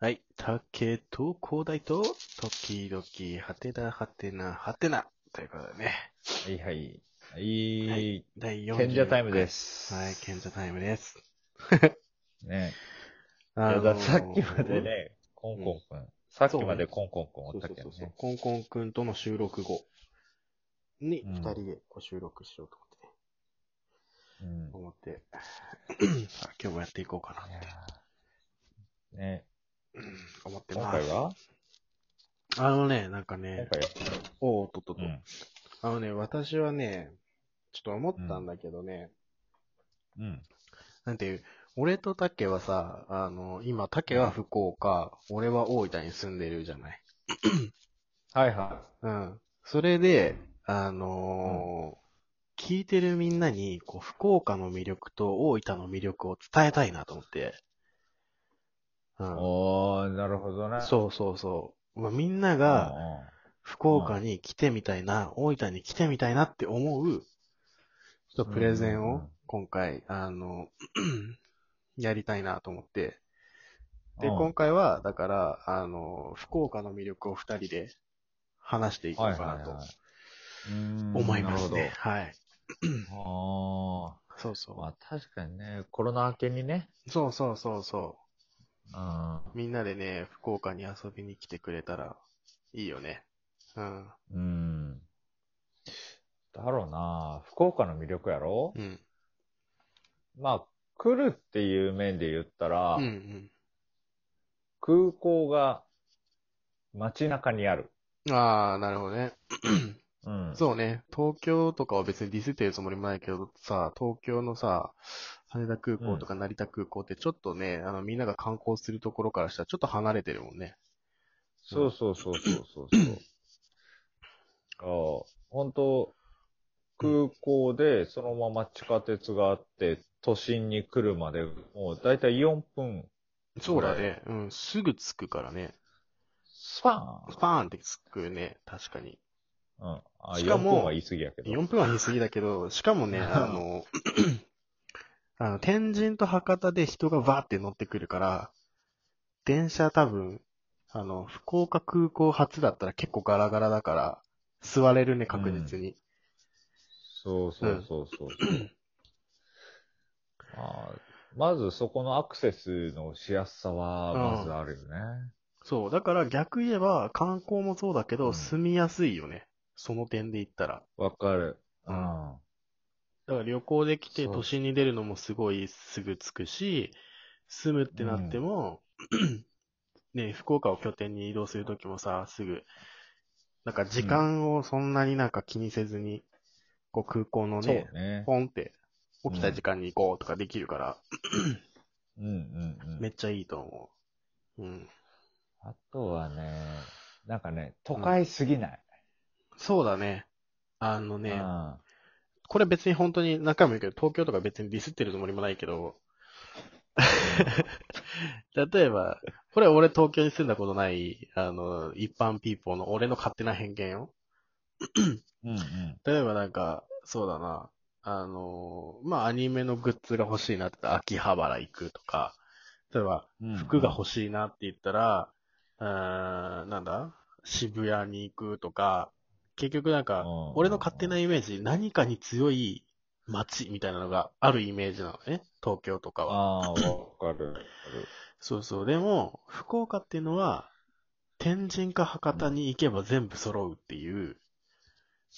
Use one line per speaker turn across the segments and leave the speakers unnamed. はい。竹と広大と、時々、はてな、はてな、はてな。ということでね。
はいはい。は。
はい第4。
賢者タイムですす。
はい、賢者タイムです。
ね。い
あ
や
の
だ
ー
さっきまで。ね、コンコンくん。さっきまでコンコンくん
そ
お
う
っ
そ
た
う
け
そ
ど
うそう
ね。。
コンコンくんとの収録後に、
うん
二人でこう収録しようと
うん
思ってね、思って、さあ今日もやっていこうかなっ
い
て
やーね。
うん思って
今
ま
回
す。
は
あのね、なんか
今
ね、
回は
おーおっとっとっ
う
と、
ん。
あのね、私はね、ちょっと思ったんだけどね、
うん。
なんていう、俺とタケはさ、あの、今、タケは福岡、俺は大分に住んでるじゃない。
はいは
うん。それで、あのー聞いてるみんなに、こう、福岡の魅力と大分の魅力を伝えたいなと思って。う
い。
ん。
おー、なるほどな。う
そうそうそう。まあ、みんなが、福岡に来てみたいな、大分に来てみたいなって思う、ちょっとプレゼン
うんうんう
を
ん、
今回、あの、 やりたいなと思って。
ん。
で、
うん
今回は、だから、あの、福岡の魅力を二人で話していこうかなと思いますね。。はい。
はいはいはいうんなるほ
そう
ど。あー
そ
まあ確かにね、コロナ明けにね。
う。そうそうそうそ
うん。
う。みんなでね、福岡に遊びに来てくれたらいいよね。うん。
うん。だろうな福岡の魅力やろ
うん。
まあ、来るっていう面で言ったら、
うんうん。
空港が街中にある。
ああ、なるほどね。
うん。
そうね。東京とかは別にディスってるつもりもないけどさ、東京のさ、羽田空港とか成田空港ってちょっとね、あの、みんなが観光するところからしたらちょっと離れてるもんね。
そうそうそうそうそうそう。ああ、本当空港でそのまま地下鉄があって、都心に来るまで、もうだいたい4分、
そうだね。うん。すぐ着くからね。
スパ
スパーンってつくね、確かに。
ーンうん。あ、
しか
4
も
分は言い過ぎやけど。
4分は言い過ぎだけど、しかもね、あの、 あの、天神と博多で人がバーって乗ってくるから、電車多分、あの、福岡空港発だったら結構ガラガラだから、座れるね、確実に。
そうそうそうそう。ああまずそこのアクセスのしやすさは、まずあるよね。
そう、だから逆言えば、観光もそうだけど、
うん
住みやすいよね。その点で言ったら。
わ、かる。う
うん
ん。
だから旅行できて
そう
都心に出るのもすごいすぐ着くし、住むってなっても、 ね、福岡を拠点に移動するときもさ、すぐ、なんか時間をそんなになんか気にせずに、こう空港の
そう
ね、
ね。
ポンって起きた時間に行こうとかできるから、
うんうんう
め
ん。
っちゃいいと思う。うん。
あとはね、なんかね、都会すぎない。
そうだね。あの
う
ね、
ん。
これ別に本当に何回も言うけど、東京とか別にディスってるつもりもないけ ど、例えば、これ俺東京に住んだことない、あの、一般ピーポーの俺の勝手な偏見よ。
うんうん。
例えばなんか、そうだな、あの、まあ、アニメのグッズが欲しいなって言ったら秋葉原行くとか、例えば、
うんうん
服が欲しいなって言ったら、うーん、なんだ渋谷に行くとか、結局なんか
うんうんうん、
俺の勝手なイメージ、何かに強い街みたいなのがあるイメージなのね。東京とかは。
ああ、わかる。わか
そうそう。でも、福岡っていうのは、天神か博多に行けば全部揃うっていう、
る。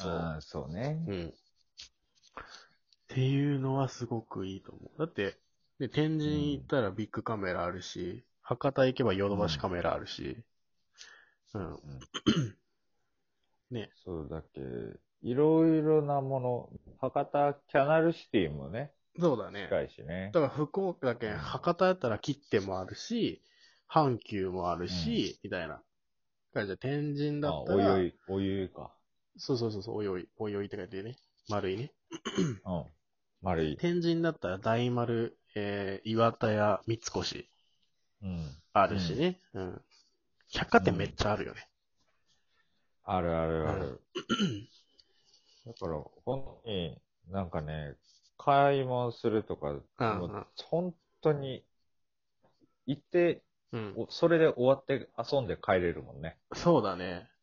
ああ、そうね。
うん。っていうのはすごくいいと思う。だって、ね、天神行ったらビッグカメラあるし、博多行けばヨドバシカメラあるし、うん。ね。
そうだっけ。いろいろなもの、博多キャナルシティもね、
そうだね。だ
近いしね。
から福岡だけん博多やったら切手もあるし、阪急もあるし、みたいな。だからじゃあ天神だ
あ、
った
お
ら、
湯い、お湯いか。
そうそうそうそう、およい、およいって書いてるね。丸いね。
うん。丸い。
天神だったら大丸、えー、岩田屋、三越
うん。
あるしね。うん。百貨店めっちゃあるよね。
あるあるあ
う
る。 だから、本当に、なんかね、買い物するとか、
うん
も
うん
う本当に、行って
うん。
おそれで終わって遊んで帰れるもんね。
そうだね。
うん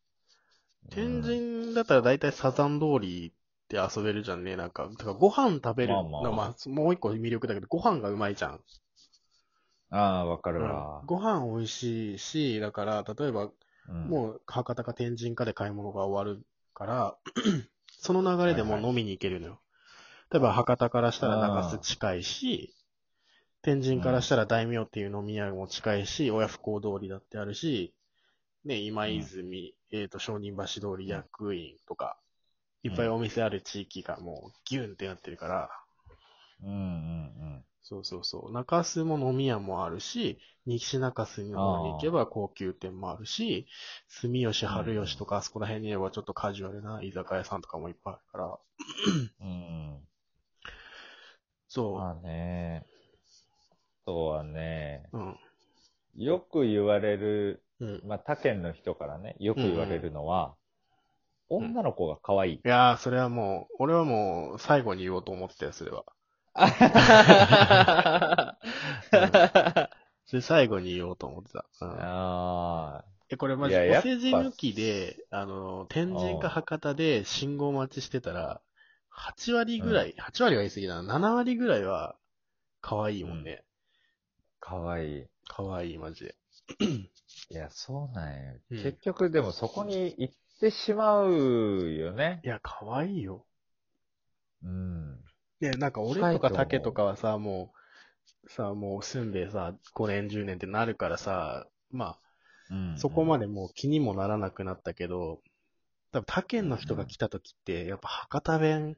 天神だったら大体サザン通りで遊べるじゃんね。なんか、てかご飯食べる
まあ
の、
ま
ま
あ
あもう一個魅力だけど、ご飯がうまいじゃん。
ああ、わかる
うん
わ。
ご飯美味しいし、だから、例えば、
うん
もう博多か天神かで買い物が終わるから、 その流れでもう飲みに行けるのよ。例えば博多からしたら中洲近いし、天神からしたら大名っていう飲み屋も近いし、親不孝通りだってあるし、ね、今泉、えっ、と、商人橋通り役員とか、いっぱいお店ある地域がもうギュンってなってるから、
うんうん
そうそうそう。中洲も飲み屋もあるし、西中洲の方に行けば高級店もあるし、住吉春吉とかあそこら辺にはちょっとカジュアルな居酒屋さんとかもいっぱいあるから、
うん。うん。
そ
まあね。あとはね、
う。うん。
よく言われる、
うん。
まあ他県の人からね、よく言われるのは、
ん
女の子が可愛い
い。やー、それはもう、俺はもう最後に言おうと思ってたよ、それ は。
あ
それ最後に言おうと思ってた。うん、
あ
え、これマジ、
いやや
お
っぱ
世辞抜きで、あの、天神か博多で信号待ちしてたら、8割ぐらい、8割は言い過ぎだな、7割ぐらいは、可愛いもんね。
ー、可愛い。
可愛い、マジで。
いや、そうなんよ。
うん
結局、でもそこに行ってしまうよね。
いや、可愛いよ。
うん。
いや、なんか俺
深い
と
と
か
思う
竹とかはさ、もう、さ、もう住んでさ、5年、10年ってなるからさ、ま
うん
あ、そこまでもう気にもならなくなったけど、多分他県の人が来た時って、やっぱ博多弁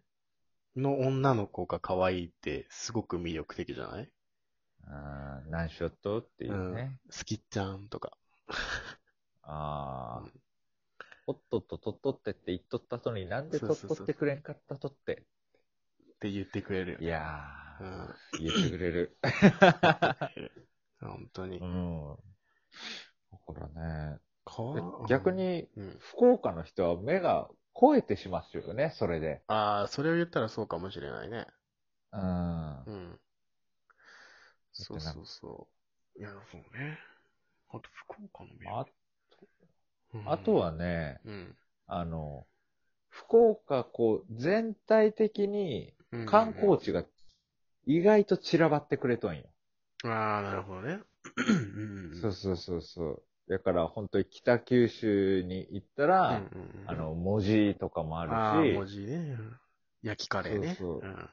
の女の子が可愛いってすごく魅力的じゃない
あー何ショットっていうね。
好きちゃんとか。う
ああ。おっとっととっとってって言っとったのになんでとっとってくれんかったとって。
って言ってくれるよ
い
ね。
や
う
ー、
ん。
言ってくれる。
本当に
う。ん。だからね。
かわ
逆、に、
うん。
福岡の人は目が肥えてしますよね、それで。
ああ、それを言ったらそうかもしれないね。
うん。
うん。そうそうそう。いや、そうね。あと、福岡の名
あ
うん
あとは、ね、
うん。
あの、福岡、こう、全体的に観光地が意外と散らばってくれとんよ。
うん。ああ、なるほどね。うんうん
そうそうそうそう。だから本当に北九州に行った
うん
ら、
うんうん
あの、文字とかも
あ
あ
あ、
る
文
し、
字ね。うん焼きカレーね。
そうそ
ん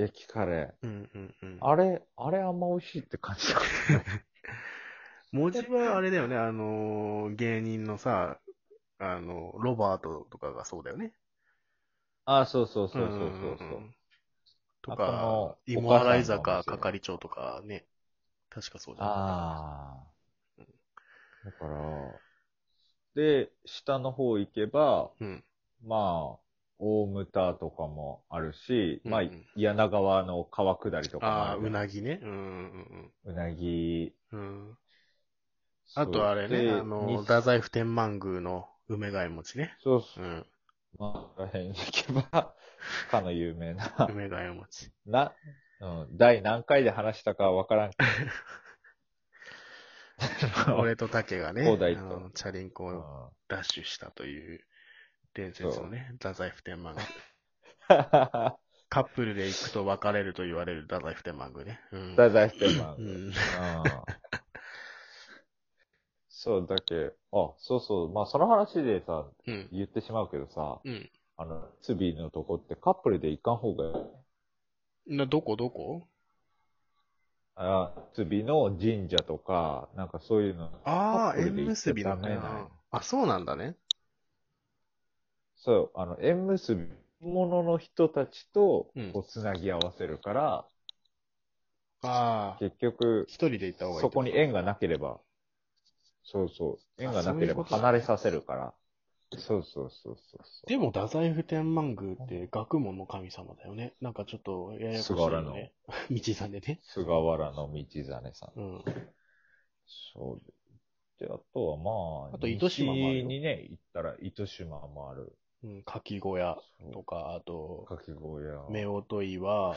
焼きカレ
うんうんうん
ー。。あれ、あれあんま美味しいって感 じだったね
文字はあれだよね、あのー、芸人のさ、あの、ロバートとかがそうだよね。
ああ、そうそうそうそうそ
んん
うそ
んと
あと
か
も、う
芋洗坂
お母さんの
係長とかね。確かそうじゃん。
ああ。だから、で、下の方行けば、
うん。
まあ、大牟田とかもあるし、まあ
うんうん、
柳川の川下りとかも
あ
あ
あ、
る。
うなぎね。うんうん
うなぎ。
うんうん。あとあれ
そう
ね、
で
あの、
に
太宰府天満宮の梅貝餅ね。
そうそうう。
ん。
まあ、らへんに行けば、かの有名な、
梅貝餅。
な、うん、第何回で話したかわからんけど。
俺と竹がね、
広大
あ
と
のチャリンコ
う
を
ん
ダッシュしたという伝説のね、太宰府天満宮。カップルで行くと別れると言われる太宰府天満宮ね。うん。
太宰府天満
う
宮。
ん。
そう、だけ、あ、そうそう、まあその話でさ、
うん。
言ってしまうけどさ、
うん
あの、ツビのとこってカップルで行かん方がいい。
な、どこどこ
あ、ツビの神社とか、なんかそういうの。
ああ、
カップ
縁
ルで行っち
結
ゃ
びの
ダメなんよ
かあ、そうなんだね。
そう、あの、縁結び物の人たちと
うん、
こう、つなぎ合わせるから、
ああ。
結局
一、人で行った方がいい。
そこに。縁がなければ、そうそう、縁がな
あそ
ければ
ういうことだ
離れさせるから。そうそうそうそうそう。
でも、太宰府天満宮って学問の神様だよね。なんかちょっと、ややこしいよね。 道さんでね。
菅原の道真さん。
うん。
そう。で、あとはまあ、
あと糸島もあるよ
西にね、行ったら糸島もある。
うん、かき小屋
そう
とか、あと、
かき小屋。
夫婦岩、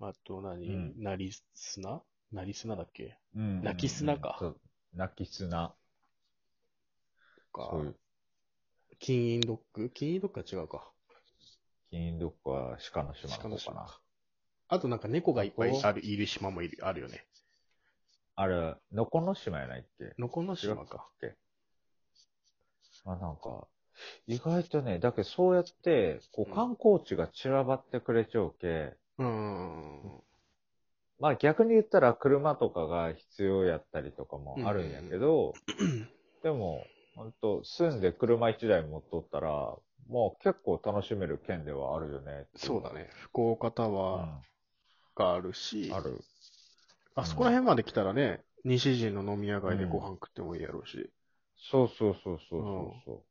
あと何、
うん
なりすななりすなだっけ
うんうんうん
泣き砂か
そう泣き砂。
とか
そういう、
金印ドック金印ドックは違うか。
金どっかは鹿の島
鹿
の
の
方か
島
な。
か。あとなんか猫がいっぱ
こ
い
こ
ある、いる島もいる、あるよね。
あれ、のこの島やないっけ
のこの島
か
か。
っけあ、なんか、意外とね、だけどそうやって、こ
う
う、
ん
観光地が散らばってくれちゃうけ、
うーん。
まあ逆に言ったら車とかが必要やったりとかもあるんや けど、でも、ほんと、住んで車一台持っとったら、もう結構楽しめる県ではあるよね。
そうだね。福岡タ
う
ワ
ん。
ーがあるし、
ある。
あそこら辺まで来たらね、西陣の飲み屋街でご飯食ってもいいやろうし。
そうそうそうそうそうそう、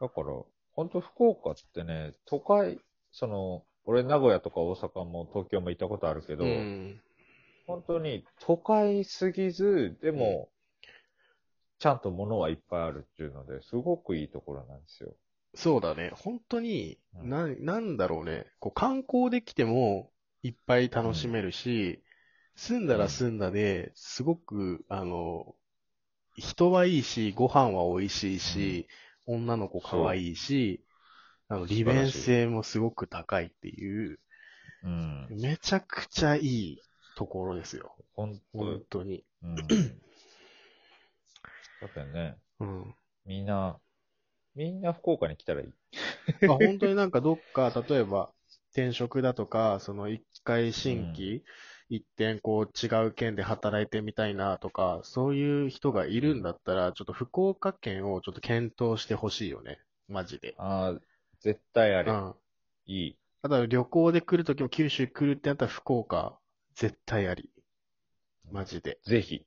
だから、ほんと福岡ってね、都会、その、俺名古屋とか大阪も東京も行ったことあるけど、
うん。
本当に都会すぎず、でも、ちゃんと物はいっぱいあるっていうので、すごくいいところなんですよ。
そうだね。本当に、
うん
な、なんだろうね。こう観光できてもいっぱい楽しめるし、住んだら住んだで、すごく、あの、人はいいし、ご飯は美味しいし、女の子可愛いし、あの、利便性もすごく高いっていう、
うん。
めちゃくちゃいいところですよ。
本当、
本当に。
うん。だってね、
うん。
みんな、みんな福岡に来たらいい。
まあ本当になんかどっか、例えば転職だとか、その一回新規、一点こう違う県で働いてみたいなとか、そういう人がいるんだったら、ちょっと福岡県をちょっと検討してほしいよね。マジで。
ああ、絶対あ
う
れ、
ん。
いい。
あとは旅行で来るときも九州来るってなったら福岡、絶対あり。マジで。
ぜひ。